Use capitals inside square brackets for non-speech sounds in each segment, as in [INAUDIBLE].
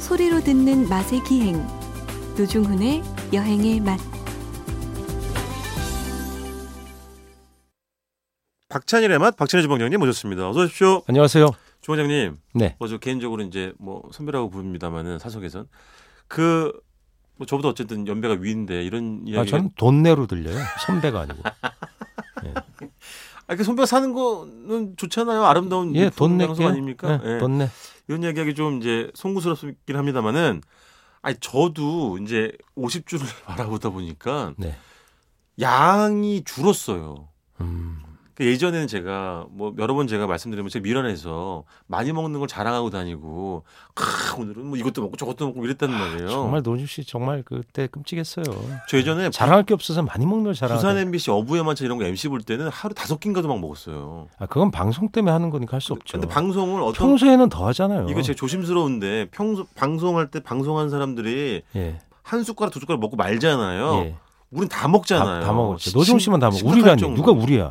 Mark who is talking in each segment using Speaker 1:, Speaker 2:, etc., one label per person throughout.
Speaker 1: 소리로 듣는 맛의 기행 노중훈의 여행의 맛
Speaker 2: 박찬일의 맛 박찬일 주방장님 모셨습니다. 어서 오십시오.
Speaker 3: 안녕하세요.
Speaker 2: 주방장님.
Speaker 3: 네.
Speaker 2: 뭐저 개인적으로 이제 뭐 선배라고 부릅니다만은 사석에선 그 뭐 저보다 어쨌든 연배가 위인데 이런 이야기.
Speaker 3: 아, 저는 돈내로 들려요. 선배가
Speaker 2: [LAUGHS]
Speaker 3: 아니고.
Speaker 2: 아, 그 선배가 사는 거는 좋잖아요. 아름다운
Speaker 3: 예,
Speaker 2: 돈
Speaker 3: 돈내.
Speaker 2: 방송 아닙니까? 예.
Speaker 3: 돈내.
Speaker 2: 이런 이야기하기 좀 이제 송구스럽긴 합니다만은 아니 저도 이제 50주를 [LAUGHS] 바라보다 보니까
Speaker 3: 네.
Speaker 2: 양이 줄었어요.
Speaker 3: 음,
Speaker 2: 그 예전에는 제가 뭐 여러 번 제가 말씀드리면 제가 미련해서 많이 먹는 걸 자랑하고 다니고 크, 오늘은 뭐 이것도 먹고 저것도 먹고 이랬단 말이에요.
Speaker 3: 아, 정말 노준 씨 정말 그때 끔찍했어요.
Speaker 2: 저 예전에
Speaker 3: 자랑할 게 없어서 많이 먹는 걸 자랑.
Speaker 2: 부산 MBC 어부의 만찬 이런 거 MC 볼 때는 하루 다섯 끼인가도 막 먹었어요.
Speaker 3: 아, 그건 방송 때문에 하는 거니까 할 수 없죠.
Speaker 2: 근데 방송을 어떤
Speaker 3: 평소에는 더 하잖아요.
Speaker 2: 이거 제가 조심스러운데 평소 방송할 때 방송한 사람들이
Speaker 3: 예.
Speaker 2: 한 숟가락 두 숟가락 먹고 말잖아요.
Speaker 3: 예.
Speaker 2: 우린 다 먹잖아요.
Speaker 3: 다, 다 먹었지. 노준 씨만 다 먹.
Speaker 2: 심각할
Speaker 3: 우리라니
Speaker 2: 정도로.
Speaker 3: 누가
Speaker 2: [LAUGHS]
Speaker 3: 우리야?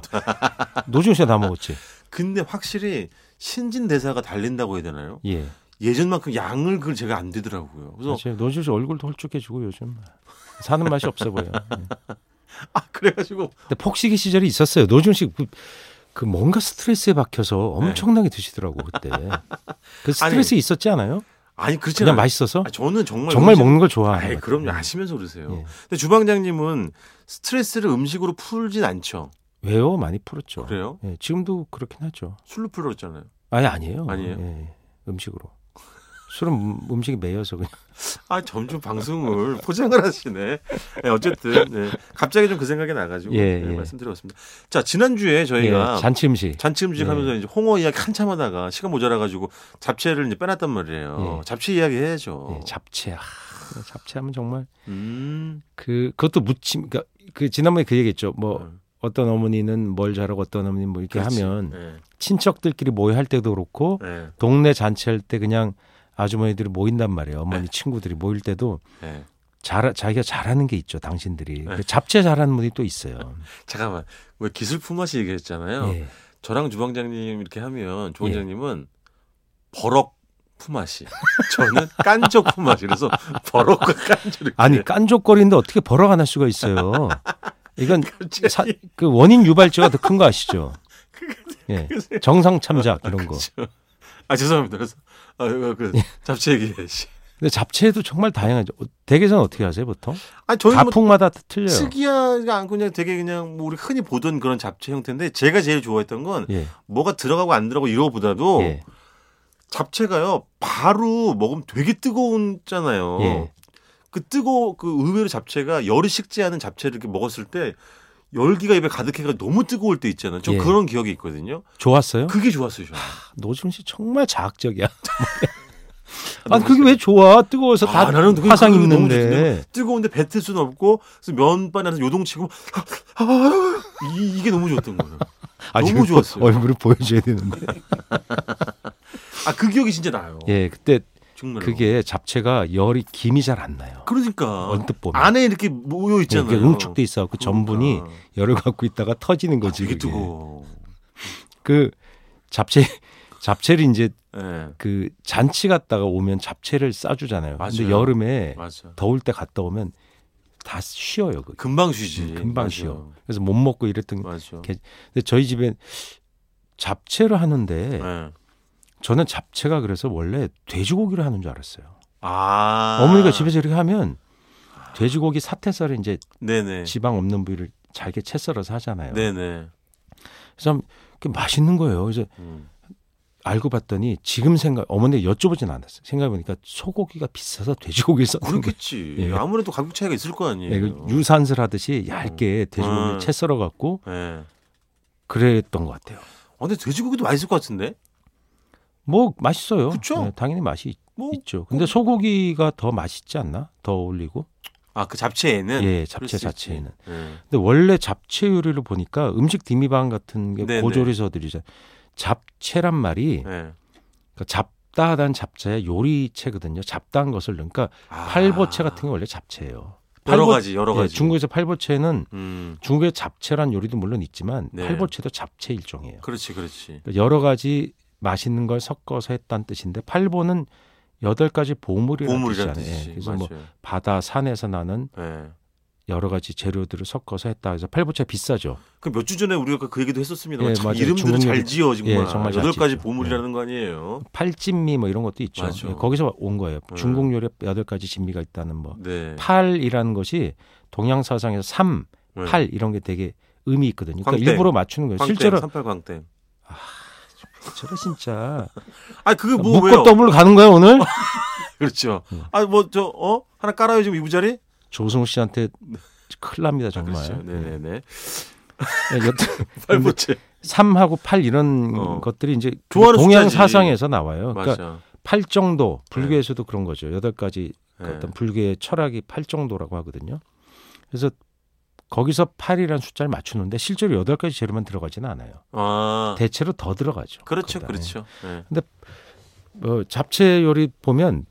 Speaker 3: 노준 씨가 다 먹었지.
Speaker 2: 근데 확실히 신진 대사가 달린다고 해야 되나요?
Speaker 3: 예.
Speaker 2: 예전만큼 양을 그걸 제가 안 되더라고요. 그래서
Speaker 3: 그렇죠. 노준 씨 얼굴도 홀쭉해지고 요즘 사는 맛이 없어 보여. 예.
Speaker 2: 아 그래가지고
Speaker 3: 근데 폭식의 시절이 있었어요. 노준 씨 그, 그 뭔가 스트레스에 박혀서
Speaker 2: 네.
Speaker 3: 엄청나게 드시더라고
Speaker 2: [LAUGHS]
Speaker 3: 그때. 그 스트레스 있었지 않아요?
Speaker 2: 아니 그렇지
Speaker 3: 그냥
Speaker 2: 않아요.
Speaker 3: 맛있어서
Speaker 2: 아, 저는 정말
Speaker 3: 정말
Speaker 2: 음식-
Speaker 3: 먹는 걸 좋아하는
Speaker 2: 아이
Speaker 3: 것
Speaker 2: 그럼요
Speaker 3: 같아요.
Speaker 2: 아시면서 그러세요.
Speaker 3: 예.
Speaker 2: 근데 주방장님은 스트레스를 음식으로 풀진 않죠.
Speaker 3: 왜요? 많이 풀었죠.
Speaker 2: 그래요?
Speaker 3: 예, 지금도 그렇긴 하죠.
Speaker 2: 술로 풀었잖아요.
Speaker 3: 아니 아니에요.
Speaker 2: 아니에요?
Speaker 3: 예, 음식으로. 술은 음- 음식에 매여서 그냥.
Speaker 2: 아 점점 방송을 [LAUGHS] 포장을 하시네. 네, 어쨌든 네, 갑자기 좀 그 생각이 나가지고
Speaker 3: 예,
Speaker 2: 네,
Speaker 3: 예.
Speaker 2: 말씀드렸습니다. 자 지난 주에 저희가
Speaker 3: 예, 잔치 음식.
Speaker 2: 잔치 음식
Speaker 3: 예.
Speaker 2: 하면서 이제 홍어 이야기 한참 하다가 시간 모자라가지고 잡채를 이제 빼놨단 말이에요.
Speaker 3: 예.
Speaker 2: 잡채 이야기 해야죠.
Speaker 3: 예, 잡채. 아, 잡채하면 정말
Speaker 2: 음.
Speaker 3: 그 그것도 무침. 그러니까 그 지난번에 그 얘기했죠. 뭐
Speaker 2: 음.
Speaker 3: 어떤 어머니는 뭘 잘하고 어떤 어머니는 뭐 이렇게
Speaker 2: 그렇지.
Speaker 3: 하면
Speaker 2: 예,
Speaker 3: 친척들끼리 모여 할 때도 그렇고
Speaker 2: 예,
Speaker 3: 동네 잔치할 때 그냥 아주머니들이 모인단 말이에요.
Speaker 2: 네.
Speaker 3: 어머니 친구들이 모일 때도
Speaker 2: 예.
Speaker 3: 잘, 자기가 잘하는 게 있죠. 당신들이.
Speaker 2: 네.
Speaker 3: 그 잡채 잘하는 분이 또 있어요.
Speaker 2: 잠깐만 왜 기술 품앗이 얘기했잖아요.
Speaker 3: 예.
Speaker 2: 저랑 주방장님 이렇게 하면 주방장님은 버럭 품앗이, 저는 깐족 품앗이. 그래서 버럭과 깐족.
Speaker 3: 아니 깐족거리는데 어떻게 벌어가 날 수가 있어요. 이건
Speaker 2: 갑자기.
Speaker 3: 사- 그 원인 유발자가 더 큰 거 아시죠? 예. 정상 참작 이런 거.
Speaker 2: 아 죄송합니다. 그래서 아, 그, 그 잡채 얘기해. 씨.
Speaker 3: 근데 잡채도 정말 다양하죠. 어, 댁에서는 어떻게 하세요 보통?
Speaker 2: 아니 저희 뭐
Speaker 3: 가풍마다 틀려요.
Speaker 2: 특이하지 않고 그냥 되게 그냥 뭐 우리 흔히 보던 그런 잡채 형태인데 제가 제일 좋아했던 건
Speaker 3: 예.
Speaker 2: 뭐가 들어가고 안 들어가고 이러고보다도
Speaker 3: 예.
Speaker 2: 잡채가요 바로 먹으면 되게 뜨거운잖아요.
Speaker 3: 예.
Speaker 2: 그 뜨거 그 의외로 잡채가 열이 식지 않은 잡채를 이렇게 먹었을 때 열기가 입에 가득해가 너무 뜨거울 때 있잖아요. 저
Speaker 3: 예.
Speaker 2: 그런 기억이 있거든요.
Speaker 3: 좋았어요?
Speaker 2: 그게 좋았어요. 저는.
Speaker 3: 노중 씨 정말 자학적이야. 아 그게 왜 좋아? 뜨거워서 다
Speaker 2: 아, 나는 그게
Speaker 3: 화상
Speaker 2: 그게 너무 좋던데.
Speaker 3: 입는데.
Speaker 2: 뜨거운데 뱉을 수는 없고 그래서 면발에서 요동치고 아, 이, 이게 너무 좋았던 거예요. 너무
Speaker 3: 이거
Speaker 2: 좋았어요.
Speaker 3: 아,
Speaker 2: 어.
Speaker 3: 얼굴을 보여줘야 되는데.
Speaker 2: 아 그 기억이 진짜 나요.
Speaker 3: 예, 그때
Speaker 2: 정말
Speaker 3: 그게 잡채가 열이 김이 잘 안 나요.
Speaker 2: 그러니까
Speaker 3: 언뜻 보면.
Speaker 2: 안에 이렇게 모여
Speaker 3: 예,
Speaker 2: 있잖아요.
Speaker 3: 이게 응축돼 있어 그
Speaker 2: 그러니까.
Speaker 3: 전분이 열을 갖고 있다가 터지는
Speaker 2: 아,
Speaker 3: 거지.
Speaker 2: 되게
Speaker 3: 그게.
Speaker 2: 뜨거워.
Speaker 3: 그 잡채 잡채를 이제
Speaker 2: 예.
Speaker 3: 그 잔치 갔다가 오면 잡채를 싸주잖아요. 근데
Speaker 2: 맞아요.
Speaker 3: 여름에
Speaker 2: 맞아.
Speaker 3: 더울 때 갔다 오면 다 쉬어요. 그게.
Speaker 2: 금방 쉬지.
Speaker 3: 음, 금방
Speaker 2: 맞아.
Speaker 3: 쉬어. 그래서 못 먹고 이랬던. 게.
Speaker 2: 맞아.
Speaker 3: 게- 근데 저희 집에 잡채를 하는데
Speaker 2: 예.
Speaker 3: 저는 잡채가 그래서 원래 돼지고기를 하는 줄 알았어요.
Speaker 2: 아.
Speaker 3: 어머니가 집에서 이렇게 하면 돼지고기 사태살을 이제
Speaker 2: 네네.
Speaker 3: 지방 없는 부위를 잘게 채 썰어서 하잖아요.
Speaker 2: 네네.
Speaker 3: 그래서 그 맛있는 거예요. 그래서
Speaker 2: 음.
Speaker 3: 알고 봤더니 지금 생각 어머니 여쭤보진 않았어요. 생각해 보니까 소고기가 비싸서 돼지고기를 썼는 거예요.
Speaker 2: 그렇겠지.
Speaker 3: 예.
Speaker 2: 아무래도 가격 차이가 있을 거 아니에요.
Speaker 3: 예, 그 유산슬 하듯이 얇게 돼지고기를
Speaker 2: 음.
Speaker 3: 채 썰어 갖고
Speaker 2: 예.
Speaker 3: 그랬던 것 같아요.
Speaker 2: 아, 근데 돼지고기도 맛있을 것 같은데?
Speaker 3: 뭐 맛있어요.
Speaker 2: 그쵸?
Speaker 3: 예, 당연히 맛이 있-
Speaker 2: 뭐.
Speaker 3: 있죠. 근데 소고기가 더 맛있지 않나? 더 어울리고.
Speaker 2: 아, 그 잡채에는?
Speaker 3: 예,
Speaker 2: 그럴
Speaker 3: 잡채
Speaker 2: 수 있지.
Speaker 3: 자체에는.
Speaker 2: 예.
Speaker 3: 근데 원래 잡채 요리를 보니까 음식 디미방 같은 게
Speaker 2: 네네.
Speaker 3: 고조리서들이죠. 잡채란 말이
Speaker 2: 예.
Speaker 3: 그러니까 잡다한 잡채의 요리채거든요. 잡다한 것을 그러니까
Speaker 2: 아.
Speaker 3: 팔보채 같은 게 원래 잡채예요.
Speaker 2: 여러
Speaker 3: 팔보-
Speaker 2: 가지, 여러
Speaker 3: 예,
Speaker 2: 가지.
Speaker 3: 중국에서 팔보채는
Speaker 2: 음.
Speaker 3: 중국의 잡채란 요리도 물론 있지만
Speaker 2: 네.
Speaker 3: 팔보채도 잡채 일종이에요.
Speaker 2: 그렇지, 그렇지.
Speaker 3: 그러니까 여러 가지 맛있는 걸 섞어서 했다는 뜻인데 팔보는 여덟 가지 보물이라는
Speaker 2: 보물이라는
Speaker 3: 뜻이잖아요. 예,
Speaker 2: 뜻이지.
Speaker 3: 그래서
Speaker 2: 맞아요.
Speaker 3: 뭐 바다 산에서 나는
Speaker 2: 예.
Speaker 3: 여러 가지 재료들을 섞어서 했다. 그래서 팔보채 비싸죠.
Speaker 2: 그몇 주 전에 우리가 그 얘기도 했었습니다만
Speaker 3: 예,
Speaker 2: 참
Speaker 3: 맞아요.
Speaker 2: 이름들은 잘
Speaker 3: 중국요리.
Speaker 2: 지어 정말.
Speaker 3: 예, 정말 예. 잘
Speaker 2: 여덟 가지
Speaker 3: 지죠.
Speaker 2: 보물이라는 거 아니에요.
Speaker 3: 팔진미 뭐 이런 것도 있죠.
Speaker 2: 맞아.
Speaker 3: 예, 거기서 온 거예요.
Speaker 2: 네.
Speaker 3: 중국 요리 여덟 가지 진미가 있다는 뭐
Speaker 2: 네.
Speaker 3: 팔이라는 것이 동양 사상에서 삼,
Speaker 2: 네.
Speaker 3: 팔 이런 게 되게 의미 있거든요. 그러니까
Speaker 2: 광땡.
Speaker 3: 일부러 맞추는 거예요.
Speaker 2: 광땡,
Speaker 3: 실제로
Speaker 2: 삼팔 광땡.
Speaker 3: 저거 진짜
Speaker 2: 아 그게 뭐
Speaker 3: 묶고
Speaker 2: 왜요?
Speaker 3: 더블로 가는 거야
Speaker 2: [LAUGHS]
Speaker 3: 오늘?
Speaker 2: 그렇죠.
Speaker 3: 음.
Speaker 2: 아 뭐 저 어? 하나 깔아요 지금 이부자리?
Speaker 3: 조승우 씨한테 큰일 납니다 정말.
Speaker 2: 그렇죠.
Speaker 3: 음.
Speaker 2: 네네네.
Speaker 3: 예, 여튼
Speaker 2: 팔보채.
Speaker 3: 어, 삼하고 팔 이런
Speaker 2: 어.
Speaker 3: 것들이 이제
Speaker 2: 좋아하는
Speaker 3: 동양
Speaker 2: 숫자지.
Speaker 3: 사상에서 나와요. 그러니까
Speaker 2: 맞아. 네.
Speaker 3: 팔 정도 불교에서도 그런 거죠. 여덟 가지 그
Speaker 2: 예.
Speaker 3: 어떤 불교의 철학이 팔 정도라고 하거든요. 그래서 거기서 팔이라는 숫자를 맞추는데 실제로 여덟 가지 재료만 들어가지는 않아요.
Speaker 2: 아
Speaker 3: 뭐 대체로 더 들어가죠.
Speaker 2: 그렇죠,
Speaker 3: 거기다.
Speaker 2: 그렇죠. 예.
Speaker 3: 뭐 잡채 요리 보면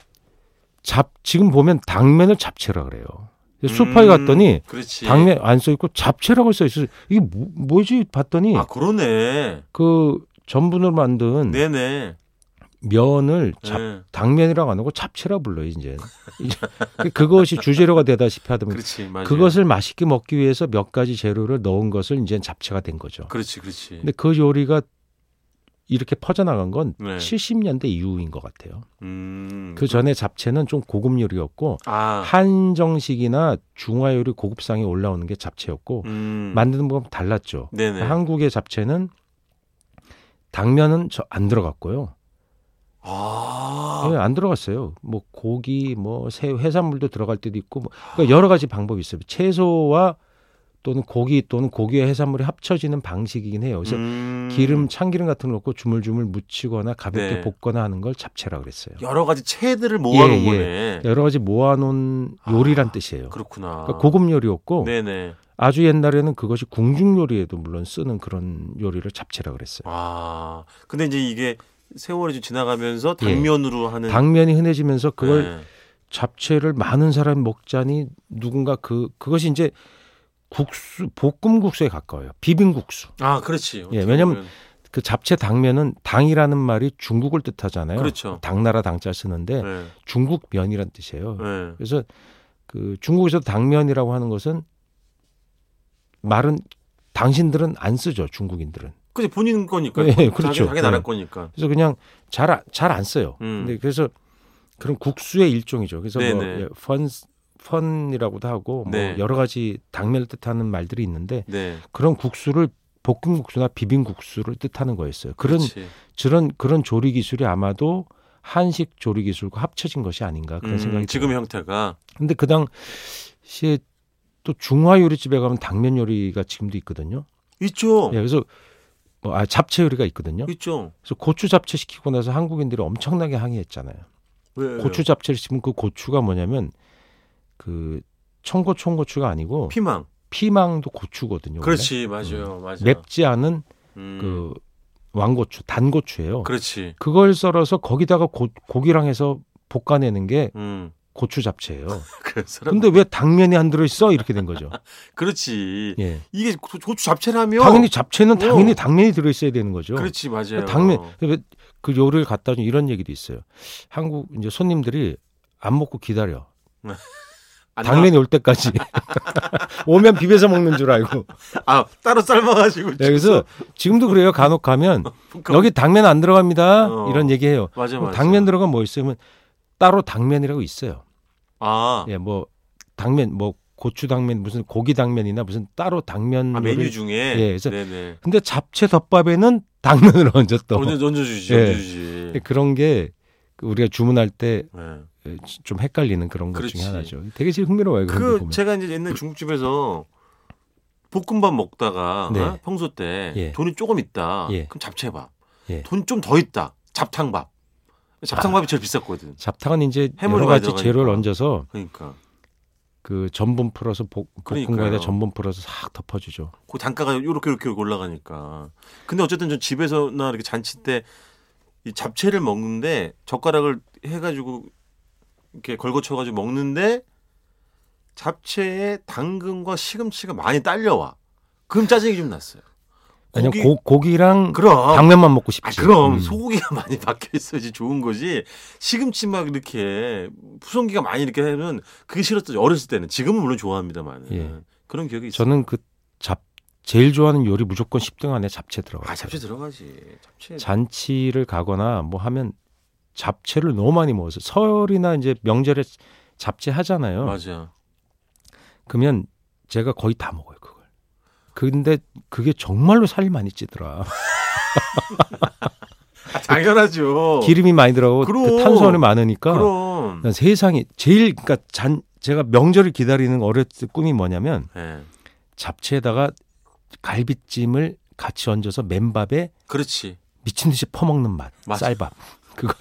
Speaker 3: 잡 지금 보면 당면을 잡채라 그래요. 근데 슈퍼에
Speaker 2: 음,
Speaker 3: 갔더니
Speaker 2: 그렇지.
Speaker 3: 당면 안 써 있고 잡채라고 써 있어요. 이게 뭐, 뭐지 봤더니
Speaker 2: 아 그러네.
Speaker 3: 그 전분으로 만든
Speaker 2: 네네.
Speaker 3: 면을 잡
Speaker 2: 예.
Speaker 3: 당면이라고 안 하고 잡채라 불러요 이제 [LAUGHS] 이제 그것이 주재료가 되다시피 하더니
Speaker 2: 그렇지, 맞아.
Speaker 3: 그것을 맛있게 먹기 위해서 몇 가지 재료를 넣은 것을 이제 잡채가 된 거죠.
Speaker 2: 그렇지, 그렇지.
Speaker 3: 근데 그 요리가 이렇게 퍼져나간 건
Speaker 2: 네.
Speaker 3: 70년대 이후인 것 같아요.
Speaker 2: 음.
Speaker 3: 그 전에 잡채는 좀 고급 요리였고
Speaker 2: 아.
Speaker 3: 한정식이나 중화 요리 고급상에 올라오는 게 잡채였고
Speaker 2: 음.
Speaker 3: 만드는 방법 달랐죠.
Speaker 2: 네네.
Speaker 3: 한국의 잡채는 당면은 저 안 들어갔고요.
Speaker 2: 아.
Speaker 3: 예, 안 들어갔어요. 뭐 고기, 뭐 새, 해산물도 들어갈 때도 있고, 뭐, 그러니까 여러 가지 방법이 있어요. 채소와 또는 고기 또는 고기와 해산물이 합쳐지는 방식이긴 해요. 그래서
Speaker 2: 음.
Speaker 3: 기름, 참기름 같은 거 넣고 주물주물 무치거나 가볍게
Speaker 2: 네.
Speaker 3: 볶거나 하는 걸 잡채라 그랬어요.
Speaker 2: 여러 가지 채들을 모아놓은
Speaker 3: 예, 예.
Speaker 2: 거네.
Speaker 3: 여러 가지 모아놓은
Speaker 2: 아,
Speaker 3: 요리란 뜻이에요.
Speaker 2: 그렇구나.
Speaker 3: 그러니까 고급 요리였고
Speaker 2: 네네.
Speaker 3: 아주 옛날에는 그것이 궁중 요리에도 물론 쓰는 그런 요리를 잡채라 그랬어요.
Speaker 2: 아. 근데 이제 이게 세월이 좀 지나가면서
Speaker 3: 예.
Speaker 2: 당면으로 하는.
Speaker 3: 당면이 흔해지면서 그걸
Speaker 2: 네.
Speaker 3: 잡채를 많은 사람이 먹자니 누군가 그 그것이 이제 국수 볶음 국수에 가까워요. 비빔국수.
Speaker 2: 아, 그렇지. 어떻게
Speaker 3: 예, 왜냐면
Speaker 2: 보면.
Speaker 3: 그 잡채 당면은 당이라는 말이 중국을 뜻하잖아요.
Speaker 2: 그렇죠.
Speaker 3: 당나라 당자 쓰는데
Speaker 2: 네.
Speaker 3: 중국 면이란 뜻이에요.
Speaker 2: 네.
Speaker 3: 그래서 그 중국에서 당면이라고 하는 것은 말은 당신들은 안 쓰죠. 중국인들은.
Speaker 2: 그치 본인 거니까.
Speaker 3: 예,
Speaker 2: 자기-
Speaker 3: 그렇죠.
Speaker 2: 자기 나라
Speaker 3: 예.
Speaker 2: 거니까.
Speaker 3: 그래서 그냥 잘 잘 안 써요.
Speaker 2: 음.
Speaker 3: 근데 그래서 그런 국수의 일종이죠. 그래서 뭐
Speaker 2: 네네.
Speaker 3: 예, 펀 펀이라고도 하고 뭐
Speaker 2: 네.
Speaker 3: 여러 가지 당면을 뜻하는 말들이 있는데
Speaker 2: 네.
Speaker 3: 그런 국수를 볶음국수나 비빔국수를 뜻하는 거였어요. 그런
Speaker 2: 그렇지.
Speaker 3: 그런 그런 조리 기술이 아마도 한식 조리 기술과 합쳐진 것이 아닌가 그런
Speaker 2: 음,
Speaker 3: 생각이
Speaker 2: 지금
Speaker 3: 들어요.
Speaker 2: 형태가
Speaker 3: 근데 그 당시에 또 중화 요리집에 가면 당면 요리가 지금도 있거든요.
Speaker 2: 있죠.
Speaker 3: 예, 그래서 뭐, 아, 잡채 요리가 있거든요.
Speaker 2: 있죠.
Speaker 3: 그래서 고추 잡채 시키고 나서 한국인들이 엄청나게 항의했잖아요.
Speaker 2: 왜, 왜요?
Speaker 3: 고추 잡채를 시키면 그 고추가 뭐냐면 그 청고 청고추가 아니고
Speaker 2: 피망.
Speaker 3: 피망도 고추거든요. 원래. 음.
Speaker 2: 그렇지, 맞아요, 맞아요.
Speaker 3: 맵지 않은
Speaker 2: 음,
Speaker 3: 그 왕고추, 단고추예요.
Speaker 2: 그렇지.
Speaker 3: 그걸 썰어서 거기다가 고, 고기랑 해서 볶아내는 게
Speaker 2: 음, [LAUGHS]
Speaker 3: 고추 잡채예요.
Speaker 2: 그 사람.
Speaker 3: 근데 왜 당면이 안 들어 있어? 이렇게 된
Speaker 2: [LAUGHS]
Speaker 3: 거죠.
Speaker 2: 그렇지.
Speaker 3: 예.
Speaker 2: 이게 고- 고추 잡채라면.
Speaker 3: 당연히 잡채는
Speaker 2: 어.
Speaker 3: 당연히 당면이 들어 있어야 되는 거죠.
Speaker 2: 그렇지, 맞아요.
Speaker 3: 당면 왜- 그 요리를 갖다 준 이런 얘기도 있어요. 한국 이제 손님들이 안 먹고 기다려.
Speaker 2: 안
Speaker 3: 당면이 올 때까지 [LAUGHS] 오면 비벼서 먹는 줄 알고.
Speaker 2: [LAUGHS] 나- 아 따로 삶아가지고.
Speaker 3: 네, 그래서 지금도 그래요.
Speaker 2: [LAUGHS]
Speaker 3: 간혹 가면
Speaker 2: 볶아-
Speaker 3: 여기 당면 안 들어갑니다.
Speaker 2: 어.
Speaker 3: 이런 얘기해요.
Speaker 2: 맞아,
Speaker 3: 그럼
Speaker 2: 맞아.
Speaker 3: 당면 들어가 뭐 있으면 따로 당면이라고 있어요.
Speaker 2: 아,
Speaker 3: 예, 뭐 당면 뭐 고추 당면 무슨 고기 당면이나 무슨 따로 당면
Speaker 2: 아,
Speaker 3: 요리-
Speaker 2: 메뉴 중에.
Speaker 3: 예, 그래서-
Speaker 2: 네네.
Speaker 3: 근데 잡채 덮밥에는 당면을 [LAUGHS] 얹었던
Speaker 2: 언제 얹어주지,
Speaker 3: 예.
Speaker 2: 얹어주지.
Speaker 3: 그런 게그 우리가 주문할 때
Speaker 2: 예.
Speaker 3: 좀 헷갈리는 그런 것 중에
Speaker 2: 그렇지.
Speaker 3: 하나죠. 되게 지금 흥미로워요. 그런 거
Speaker 2: 그
Speaker 3: 보면.
Speaker 2: 제가 이제 옛날 중국집에서 볶음밥 먹다가
Speaker 3: 네.
Speaker 2: 어? 평소 때
Speaker 3: 예.
Speaker 2: 돈이 조금 있다.
Speaker 3: 예.
Speaker 2: 그럼 잡채밥.
Speaker 3: 예.
Speaker 2: 돈 좀 더 있다. 잡탕밥. 잡탕밥이 제일 비쌌거든.
Speaker 3: 잡탕은 이제
Speaker 2: 해물이
Speaker 3: 여러
Speaker 2: 많이
Speaker 3: 가지 재료를
Speaker 2: 들어가니까.
Speaker 3: 얹어서
Speaker 2: 그러니까
Speaker 3: 그 전분 풀어서 볶- 볶은
Speaker 2: 그러니까요.
Speaker 3: 거에다 전분 풀어서 싹 덮어주죠.
Speaker 2: 그 단가가 요렇게 요렇게 올라가니까. 근데 어쨌든 저 집에서나 이렇게 잔치 때 이 잡채를 먹는데 젓가락을 해가지고 이렇게 걸거쳐가지고 먹는데 잡채에 당근과 시금치가 많이 딸려와. 그럼 짜증이 좀 났어요.
Speaker 3: 아니면
Speaker 2: 고기-
Speaker 3: 고, 고기랑
Speaker 2: 그럼
Speaker 3: 당면만 먹고
Speaker 2: 아,
Speaker 3: 싶지.
Speaker 2: 그럼
Speaker 3: 음.
Speaker 2: 소고기가 [LAUGHS] 많이 박혀 있어야지 좋은 거지. 시금치 막 이렇게 푸송기가 많이 이렇게 하면 그게 싫었죠. 어렸을 때는 지금은 물론 좋아합니다만
Speaker 3: 예.
Speaker 2: 그런 기억이 있어요.
Speaker 3: 저는 그 잡 제일 좋아하는 요리 무조건 10등 안에 잡채 들어가요.
Speaker 2: 아 잡채 들어가지. 잡채.
Speaker 3: 잔치를 가거나 뭐 하면 잡채를 너무 많이 먹어서 설이나 이제 명절에 잡채 하잖아요.
Speaker 2: 맞아.
Speaker 3: 그러면 제가 거의 다 먹어요 그걸. 근데 그게 정말로 살이 많이 찌더라.
Speaker 2: 아, 당연하죠.
Speaker 3: 기름이 많이 들어가고 그
Speaker 2: 그럼.
Speaker 3: 탄수화물이 많으니까
Speaker 2: 그럼.
Speaker 3: 난 세상에 제일 그러니까 잔 제가 명절을 기다리는 어렸을 때 꿈이 뭐냐면
Speaker 2: 예.
Speaker 3: 잡채에다가 갈비찜을 같이 얹어서 맨밥에
Speaker 2: 그렇지.
Speaker 3: 미친 듯이 퍼먹는 맛
Speaker 2: 맞아.
Speaker 3: 쌀밥 그거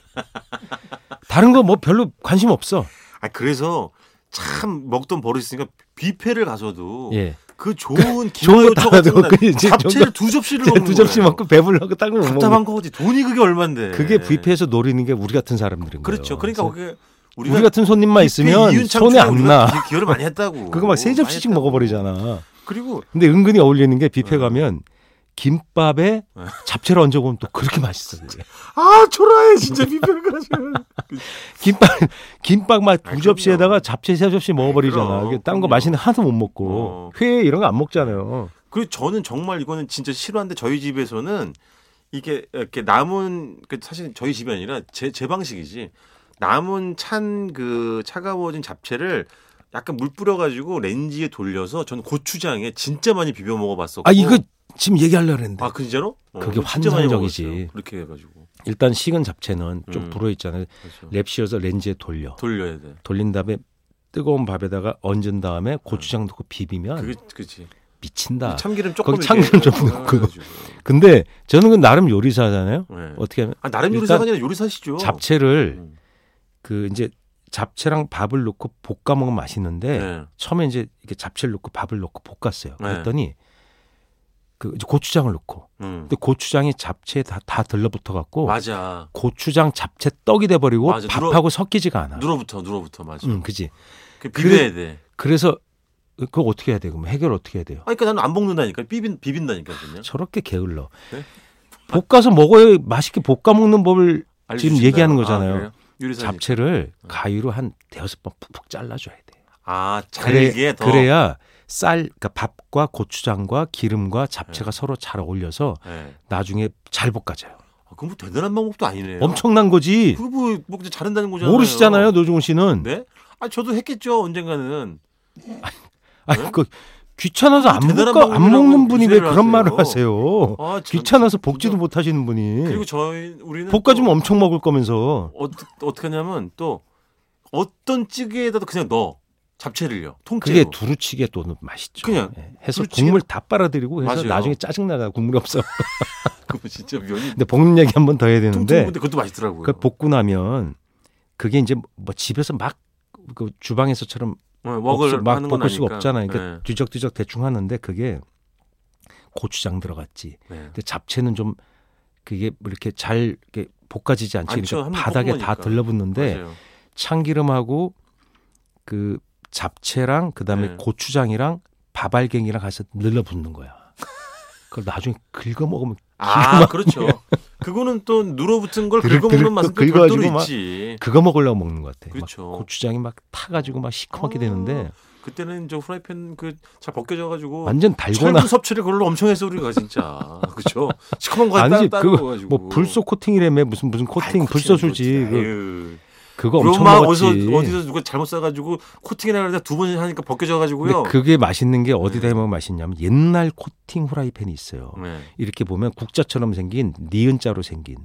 Speaker 3: 다른 거 뭐 별로 관심 없어
Speaker 2: 아 그래서 참 먹던 버릇이 있으니까 뷔페를 가서도
Speaker 3: 예
Speaker 2: 그 좋은
Speaker 3: 좋은
Speaker 2: 기름거초 같은
Speaker 3: 따라도
Speaker 2: 거
Speaker 3: 그냥 이제
Speaker 2: 잡채를 두 접시를 먹는
Speaker 3: 두 접시
Speaker 2: 거예요.
Speaker 3: 먹고 배불러고 딴거 못 먹는
Speaker 2: 답답한 거지. 돈이 그게 얼만데.
Speaker 3: 그게 뷔페에서 노리는 게 우리 같은 사람들인 거예요
Speaker 2: 그렇죠. 그러니까
Speaker 3: 그래서
Speaker 2: 그게
Speaker 3: 우리
Speaker 2: 우리가
Speaker 3: 같은 손님만 있으면 손에 안 나
Speaker 2: 기여를 많이 했다고.
Speaker 3: 그거 막 세
Speaker 2: 많이
Speaker 3: 접시씩
Speaker 2: 했다고.
Speaker 3: 먹어버리잖아
Speaker 2: 그리고
Speaker 3: 근데 은근히 어울리는 게 뷔페
Speaker 2: 네.
Speaker 3: 가면 김밥에
Speaker 2: 네.
Speaker 3: 잡채를 얹어 보면 또 그렇게 맛있어. 그게.
Speaker 2: 아 초라해 진짜 비벼가지고.
Speaker 3: 김밥 김밥 막
Speaker 2: 아, 그럼요.
Speaker 3: 두 접시에다가 잡채 세 접시 먹어버리잖아.
Speaker 2: 그럼,
Speaker 3: 이게 딴
Speaker 2: 그럼요.
Speaker 3: 거 맛있는 하나도 못 먹고
Speaker 2: 어.
Speaker 3: 회 이런 거 안 먹잖아요.
Speaker 2: 그리고 저는 정말 이거는 진짜 싫어하는데 저희 집에서는 이게 이렇게 남은 그 사실 저희 집이 아니라 제, 제 방식이지 남은 찬 그 차가워진 잡채를 약간 물 뿌려가지고 렌지에 돌려서 저는 고추장에 진짜 많이 비벼 먹어봤었고.
Speaker 3: 아 이거 지금 얘기하려고 했는데
Speaker 2: 아 진짜로? 어,
Speaker 3: 그게
Speaker 2: 진짜 많이
Speaker 3: 환상적이지.
Speaker 2: 먹었어요. 그렇게 해가지고
Speaker 3: 일단 식은 잡채는 좀
Speaker 2: 음.
Speaker 3: 불어 있잖아요.
Speaker 2: 그렇죠.
Speaker 3: 랩씌워서 렌즈에 돌려
Speaker 2: 돌려야 돼.
Speaker 3: 돌린 다음에 뜨거운 밥에다가 얹은 다음에 고추장 넣고 비비면
Speaker 2: 네. 그게 그치.
Speaker 3: 미친다.
Speaker 2: 참기름 조금
Speaker 3: 거기 참기름
Speaker 2: 이렇게
Speaker 3: 좀 넣고.
Speaker 2: 해가지고.
Speaker 3: 근데 저는 그 나름 요리사잖아요.
Speaker 2: 네.
Speaker 3: 어떻게 하면
Speaker 2: 아, 나름
Speaker 3: 일단
Speaker 2: 요리사가 아니라 요리사시죠.
Speaker 3: 잡채를
Speaker 2: 음.
Speaker 3: 그 이제 잡채랑 밥을 넣고 볶아 먹으면 맛있는데
Speaker 2: 네.
Speaker 3: 처음에 이제 이렇게 잡채를 넣고 밥을 넣고 볶았어요.
Speaker 2: 네.
Speaker 3: 그랬더니 그 이제 고추장을 넣고
Speaker 2: 음.
Speaker 3: 근데 고추장이 잡채에 다, 다 들러붙어 갖고
Speaker 2: 맞아.
Speaker 3: 고추장 잡채 떡이 돼 버리고
Speaker 2: 맞아.
Speaker 3: 밥하고 섞이지가 않아.
Speaker 2: 누로부터 누로부터 맞아.
Speaker 3: 응, 음. 그지.
Speaker 2: 그 비벼야 돼.
Speaker 3: 그래서 그거 어떻게 해야 돼? 그럼 해결 어떻게 해야 돼요?
Speaker 2: 아, 그러니까 나는 안 먹는다니까. 비빈 비빈다니까 그냥.
Speaker 3: 저렇게 게을러.
Speaker 2: 네?
Speaker 3: 볶아서 먹어야 맛있게 볶아 먹는 법을
Speaker 2: 알려주신다.
Speaker 3: 지금 얘기하는
Speaker 2: 아,
Speaker 3: 거잖아요.
Speaker 2: 그래요? 요리사님.
Speaker 3: 잡채를
Speaker 2: 네.
Speaker 3: 가위로 한 대여섯 번 푹푹 잘라줘야 돼.
Speaker 2: 아, 잘게
Speaker 3: 그래,
Speaker 2: 더.
Speaker 3: 그래야 쌀, 그러니까 밥과 고추장과 기름과 잡채가 서로 잘 어울려서
Speaker 2: 네.
Speaker 3: 나중에 잘 볶아져요.
Speaker 2: 아, 그럼 뭐 대단한 방법도 아니네요.
Speaker 3: 엄청난 거지.
Speaker 2: 그거 뭐, 뭐 그냥 자른다는 거잖아요.
Speaker 3: 모르시잖아요, 노중훈 씨는.
Speaker 2: 네? 아, 저도 했겠죠. 언젠가는.
Speaker 3: 아니, 그 귀찮아서 안
Speaker 2: 네. 대단한
Speaker 3: 먹고 안
Speaker 2: 방법이라고
Speaker 3: 먹는 분이 왜
Speaker 2: 기대를
Speaker 3: 그런 말을
Speaker 2: 하세요.
Speaker 3: 하세요?
Speaker 2: 아, 참.
Speaker 3: 귀찮아서 볶지도
Speaker 2: 진짜.
Speaker 3: 못 하시는 분이.
Speaker 2: 그리고 저희 우리는
Speaker 3: 볶아주면
Speaker 2: 또
Speaker 3: 엄청 먹을 거면서.
Speaker 2: 어떻게 어떻게 하냐면 또 어떤 찌개에다도 그냥 넣어. 잡채를요. 통째로.
Speaker 3: 그게
Speaker 2: [LAUGHS]
Speaker 3: 두루치기에 또 맛있죠.
Speaker 2: 그렇죠. 그냥
Speaker 3: 예, 해서
Speaker 2: 두루치기-
Speaker 3: 국물 다 빨아들이고 해서
Speaker 2: 맞아요.
Speaker 3: 나중에 짜증나다 국물이 없어.
Speaker 2: 그거 진짜 면이
Speaker 3: 근데 볶는 얘기 한 번 더 해야 되는데
Speaker 2: 통통인데 그것도 맛있더라고요.
Speaker 3: 그 볶고 나면 그게 이제 뭐 집에서 막 그 주방에서처럼
Speaker 2: 네, 웍을
Speaker 3: 없- 막
Speaker 2: 하는 건
Speaker 3: 볶을 수가
Speaker 2: 아니까. 네.
Speaker 3: 없잖아요. 그러니까 뒤적뒤적 대충 하는데 그게 고추장 들어갔지.
Speaker 2: 네, 네.
Speaker 3: 근데 잡채는 좀 그게 뭐 이렇게 잘 이렇게 볶아지지 않지.
Speaker 2: 안 쳐.
Speaker 3: 그러니까
Speaker 2: 한번
Speaker 3: 바닥에
Speaker 2: 볶은
Speaker 3: 다
Speaker 2: 거니까.
Speaker 3: 들러붙는데
Speaker 2: 맞아요.
Speaker 3: 참기름하고 그 잡채랑 그다음에
Speaker 2: 네.
Speaker 3: 고추장이랑 밥알갱이랑 같이 늘러붙는 거야. 그걸 나중에 긁어 먹으면
Speaker 2: 아, 그렇죠. 그거는 또 누러붙은 걸
Speaker 3: 드르륵
Speaker 2: 긁어먹는 맛은 또
Speaker 3: 긁어가지고
Speaker 2: 별도로
Speaker 3: 막-
Speaker 2: 있지.
Speaker 3: 그거 먹으려고 먹는 것 같아.
Speaker 2: 그렇죠.
Speaker 3: 막 고추장이 막 타가지고 막 시커멓게
Speaker 2: 어.
Speaker 3: 되는데
Speaker 2: 그때는 저 후라이팬 그 잘 벗겨져가지고
Speaker 3: 완전 달거나
Speaker 2: 철분 섭취를 그걸로 엄청 해서 우리가
Speaker 3: [LAUGHS]
Speaker 2: 진짜 그렇죠. 시커먼 거 따로
Speaker 3: 아니지
Speaker 2: 따로
Speaker 3: 그거
Speaker 2: 먹어가지고
Speaker 3: 뭐 불소 코팅이라며 무슨 무슨 코팅 불소수지 그,
Speaker 2: 그,
Speaker 3: 그거 엄청
Speaker 2: 로마
Speaker 3: 먹었지.
Speaker 2: 어디서 어디서 누가 잘못 사가지고 코팅이나 그러다 두 번 하니까 벗겨져가지고요. 예.
Speaker 3: 근데 그게 맛있는 게 어디다 해먹으면 맛있냐면 옛날 코팅 후라이팬이 있어요.
Speaker 2: 네.
Speaker 3: 이렇게 보면 국자처럼 생긴 니은자로 생긴.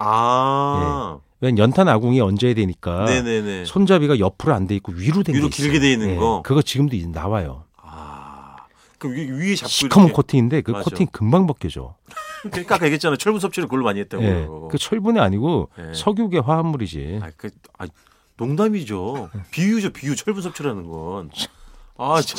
Speaker 2: 아,
Speaker 3: 왜냐면 연탄 네. 아궁이에 얹어야 되니까
Speaker 2: 네네네.
Speaker 3: 손잡이가 옆으로 안 돼 있고 위로 된게
Speaker 2: 위로 길게 돼 있는 거.
Speaker 3: 그거 지금도 이제 나와요.
Speaker 2: 아, 그 위에, 위에 잡고
Speaker 3: 시커먼
Speaker 2: 이렇게-
Speaker 3: 코팅인데 그
Speaker 2: 맞아.
Speaker 3: 코팅 금방 벗겨져.
Speaker 2: 그러니까 아까 얘기했잖아요. 철분 섭취를 그걸로 많이 했다고.
Speaker 3: 예. 그 철분이 아니고
Speaker 2: 어, 예.
Speaker 3: 석유계 화합물이지.
Speaker 2: 아, 그, 아, 농담이죠. 비유죠, 비유. 철분 섭취라는 건. 아, 참.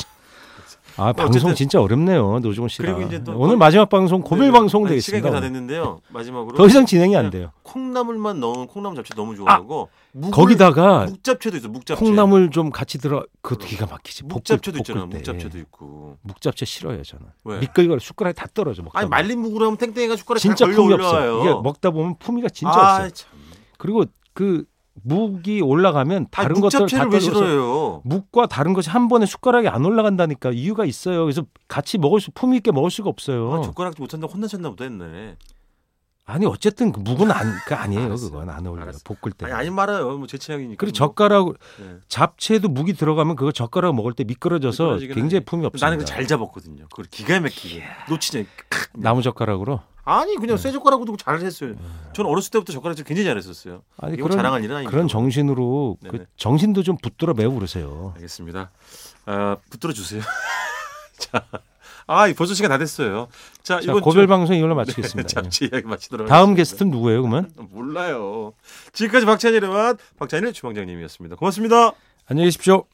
Speaker 3: 아 방송
Speaker 2: 어쨌든-
Speaker 3: 진짜 어렵네요 노종훈 씨가.
Speaker 2: 그리고 이제 또-
Speaker 3: 오늘
Speaker 2: 또-
Speaker 3: 마지막 방송 고별
Speaker 2: 네,
Speaker 3: 방송
Speaker 2: 아니, 시간이 다
Speaker 3: 되겠습니다.
Speaker 2: 됐는데요. 마지막으로
Speaker 3: 더 이상 진행이 안 돼요.
Speaker 2: 콩나물만 넣은 콩나물 잡채 너무 좋아하고 묵을-
Speaker 3: 거기다가
Speaker 2: 묵잡채도 있어. 묵잡채.
Speaker 3: 콩나물 좀 같이 들어 그것도 기가 막히지. 볶을-
Speaker 2: 묵잡채도
Speaker 3: 볶을
Speaker 2: 있잖아요.
Speaker 3: 때.
Speaker 2: 묵잡채도 있고.
Speaker 3: 묵잡채 싫어요 저는.
Speaker 2: 왜?
Speaker 3: 미끌거려 숟가락에 다 떨어져 먹다.
Speaker 2: 아니
Speaker 3: 보면.
Speaker 2: 말린 묵으로 하면 땡땡이가 숟가락에
Speaker 3: 진짜
Speaker 2: 잘 걸려
Speaker 3: 품이 없어.
Speaker 2: 올라와요.
Speaker 3: 이게 먹다 보면 품위가 진짜
Speaker 2: 아,
Speaker 3: 없어.
Speaker 2: 참.
Speaker 3: 그리고 그 묵이 올라가면
Speaker 2: 다른
Speaker 3: 다른
Speaker 2: 아니,
Speaker 3: 것들 다
Speaker 2: 묵잡채를 왜
Speaker 3: 떨어져.
Speaker 2: 싫어해요?
Speaker 3: 묵과 다른 것이 한 번에 숟가락이 안 올라간다니까 이유가 있어요. 그래서 같이 먹을 수 품위 있게 먹을 수가 없어요.
Speaker 2: 아, 젓가락질 못한다 혼나셨나 보다 옛날에.
Speaker 3: 아니 어쨌든 그 묵은 안
Speaker 2: [LAUGHS]
Speaker 3: 그 아니에요
Speaker 2: 알았어.
Speaker 3: 그건 안 어울려요
Speaker 2: 알았어.
Speaker 3: 볶을 때.
Speaker 2: 아니 아니 말아요. 뭐 제 취향이니까.
Speaker 3: 네. 그리고
Speaker 2: 뭐.
Speaker 3: 젓가락
Speaker 2: 네.
Speaker 3: 잡채도 묵이 들어가면 그거 젓가락 먹을 때 미끄러져서
Speaker 2: 미끄러지긴
Speaker 3: 굉장히
Speaker 2: 하지.
Speaker 3: 품이 없습니다.
Speaker 2: 나는 그잘 잡았거든요. 그걸 기가 막히게 놓치지 않게.
Speaker 3: 나무 젓가락으로.
Speaker 2: 아니 그냥
Speaker 3: 네.
Speaker 2: 쇠 젓가락으로 잘했어요. 저는 어렸을 때부터 젓가락질 굉장히 잘했었어요.
Speaker 3: 아니
Speaker 2: 이거
Speaker 3: 네. 그런
Speaker 2: 자랑할 일은 아니고.
Speaker 3: 그런 정신으로
Speaker 2: 네네.
Speaker 3: 그 정신도 좀 붙들어 매우 그러세요.
Speaker 2: 알겠습니다. 아, 붙들어 주세요. [LAUGHS] 자, 아 벌써 시간 다 됐어요. 자,
Speaker 3: 자
Speaker 2: 네. 이번
Speaker 3: 고별
Speaker 2: 주
Speaker 3: 방송 이걸로 마치겠습니다. 예.
Speaker 2: 잡지 이야기 마치도록
Speaker 3: 다음
Speaker 2: 하겠습니다.
Speaker 3: 게스트는 누구예요 그러면?
Speaker 2: 몰라요. 지금까지 박찬일의 맛 박찬일 주방장님이었습니다. 고맙습니다.
Speaker 3: 안녕히 계십시오.